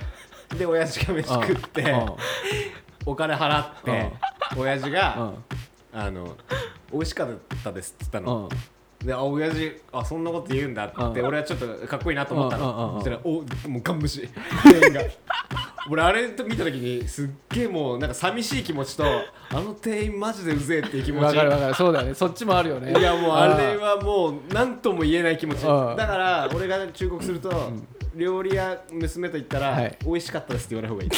で親父が飯食って、お金払って、親父
う
が、
ん
あの美味しかったですっつった
う
の、
ん
であ親父あそんなこと言うんだって、
うん
俺はちょっとかっこいいなと思った
うんうんうんう
の
ん
そしたらおもうガン 無視全員が俺あれ見た時にすっげえもうなんか寂しい気持ちとあの店員マジでうぜえっていう気
うん
持ち
わかるわかるそうだよねそっちもあるよね
いやもうあれはもう何とも言えない気持ちだ
うん
から俺が忠告すると、料理屋娘と言ったら、
はい
美味しかったですって言わない方がいい、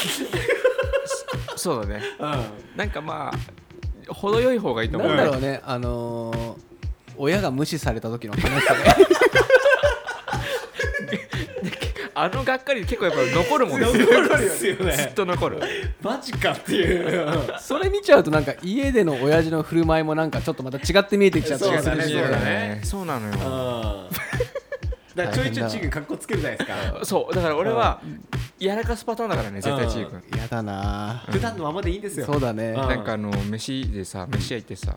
そうだね
うん
なんかまあ程よい方がいいと思う
なんだろうねあのー親が無視された時の悲しさね
あのがっかり結構やっぱ残るもんね
残るっすよ
ずっ
ね
と残る
マジかっていう うん
それ見ちゃうとなんか家での親父の振る舞いもなんかちょっとまた違って見えてきちゃったり
そう
す
だ
る
ね
し
そうだね
そうなのよ
だからちょいちょいチー君かっこつけるじゃないですか
そうだから俺はやらかすパターンだからね絶対チー君
やだな
普段のままでいいんですよ
そうだね
うん
なんかあの飯でさ飯屋行ってさ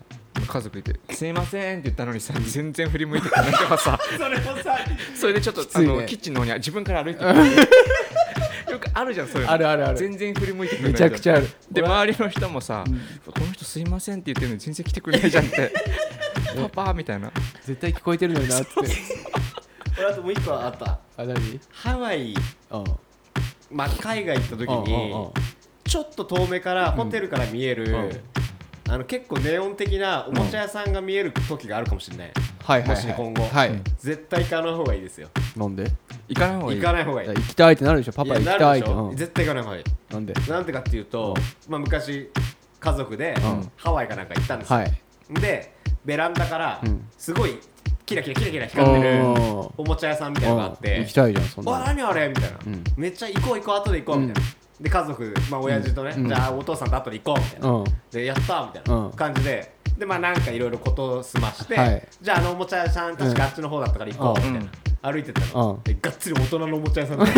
家族いて「すいません」って言ったのにさ全然振り向いてくれないからさ
それもさ
それでちょっと、
い
あ
ね
のキッチンの方に自分から歩いてくる よくあるじゃんそういうの
あるあるある
全然振り向いてくれな
め
い
ちゃくちゃある
で周りの人もさ、この人すいませんって言ってるのに全然来てくれないじゃんってパパみたいな
絶対聞こえてるのになって
俺あともう一個あった
あ何
ハワイ、
うん
まあ、海外行った時
うんうんう
に
ん
ちょっと遠目からホテルから見える、あの結構ネオン的なおもちゃ屋さんが見える時があるかもしれない、
はいはいはい
もし今後、
はい
絶対行かない方がいいですよ
なんで
行かない方がいい
行かない方がいい
行きたいってなるでしょパパ行き
やな
たいって
るでしょ
うん
絶対行かない方がいい
なんで
なんでかっていうと、まあ、昔家族で、
うん
ハワイかなんか行ったんですよ、
はい
でベランダから
うん
すごいキラキラキラキラ光ってる
おー
おもちゃ屋さんみたいなのがあっ
う
て
ん行きたいじゃんそん
わ
な
何あれみたいな、
うん
めっちゃ行こう行こう後で行こうみたいな、で家族まあ親父とね、
うん
じゃあお父さんと後で行こうみたいな、
のうん
でやったみたいな
うん
感じで、でまあなんかいろいろことを済まして、
はい
じゃああのおもちゃ屋さん確かあっちの方だったから行こうみたいな、歩いてったの、
うん
でがっつり大人のおもちゃ屋さんだった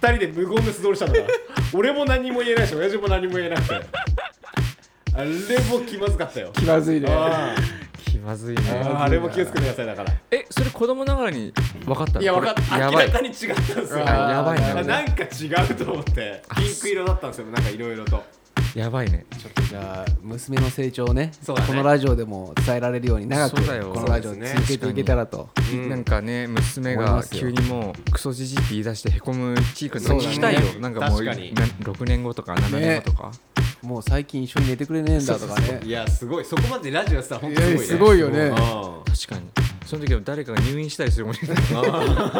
二人で無言で素通りしたんだから俺も何も言えないし親父も何も言えなくてあれも気まずかったよ
気まずいね
あ
気まずいね
ーあれも気をつけてくださいだから
えそれ子供ながらに分かった
いや分かった
これや
明
ば
ら
い
かに違ったんですよ
あやばいな
あなんか違うと思ってピンク色だったんですよなんかいろいろと
やばいね
ちょっとじゃあ娘の成長をね
そうだね
このラジオでも伝えられるように長く
そうだよ
このラジオを続けていけたらと
ん
なんかね娘
思いま
が
すよ
急にもうクソじじって言い出してへこむチークの聞きたいよ、
そうだね
なんか
確
もう
か
な
に
6年後とか7年後とか、
もう最近一緒に寝てくれねえんだとかね
いやすごいそこまでラジオやってたら本当すごいね
いやすごいよね
うん
確かにその時は誰かが入院したりするかもしれない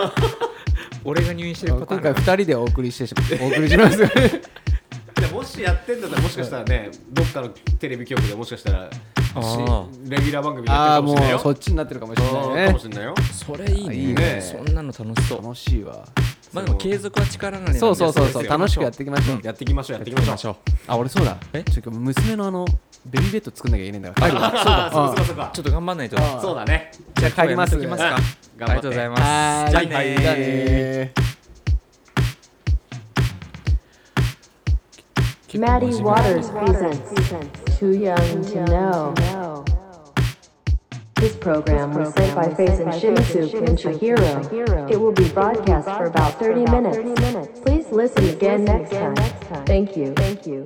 俺が入院してる
今
パターン
回
だ
二人でお送りしてしお送りします
でもしやってんだったらもしかしたらねどっかのテレビ局でもしかしたらし
あ
レギュラー番組
あ あ
や
も
ってるかもしれな
うそ
いよ
っちになってるかもしれ
うん
ない
か
ね
もしれないよ
それいいね
いい
ね
そんなの楽しそう
楽しいわ
まあでも継続は力なりなんで
そうそうそう
そ
そうう
ですよ
楽しくやっていきましょう
やっていきましょうやっていきましょう
あ俺そうだ
え
ちょっと今日娘のあのベビーベッド作んなきゃいけないんだから帰るわ
あーそう
だ
かそうか
ちょっと頑張んないと
あ
そうだね
じゃあ帰ります
今日はやめときます
う
か
ん
ありがとうございます
はーい
じゃあね
じゃあねー
Maddie Waters presents Too Young to Know. This program was sent by Faison Shimizu and Shihiro. It will be broadcast for about 30 minutes. Please listen again next time. Thank you. Thank you.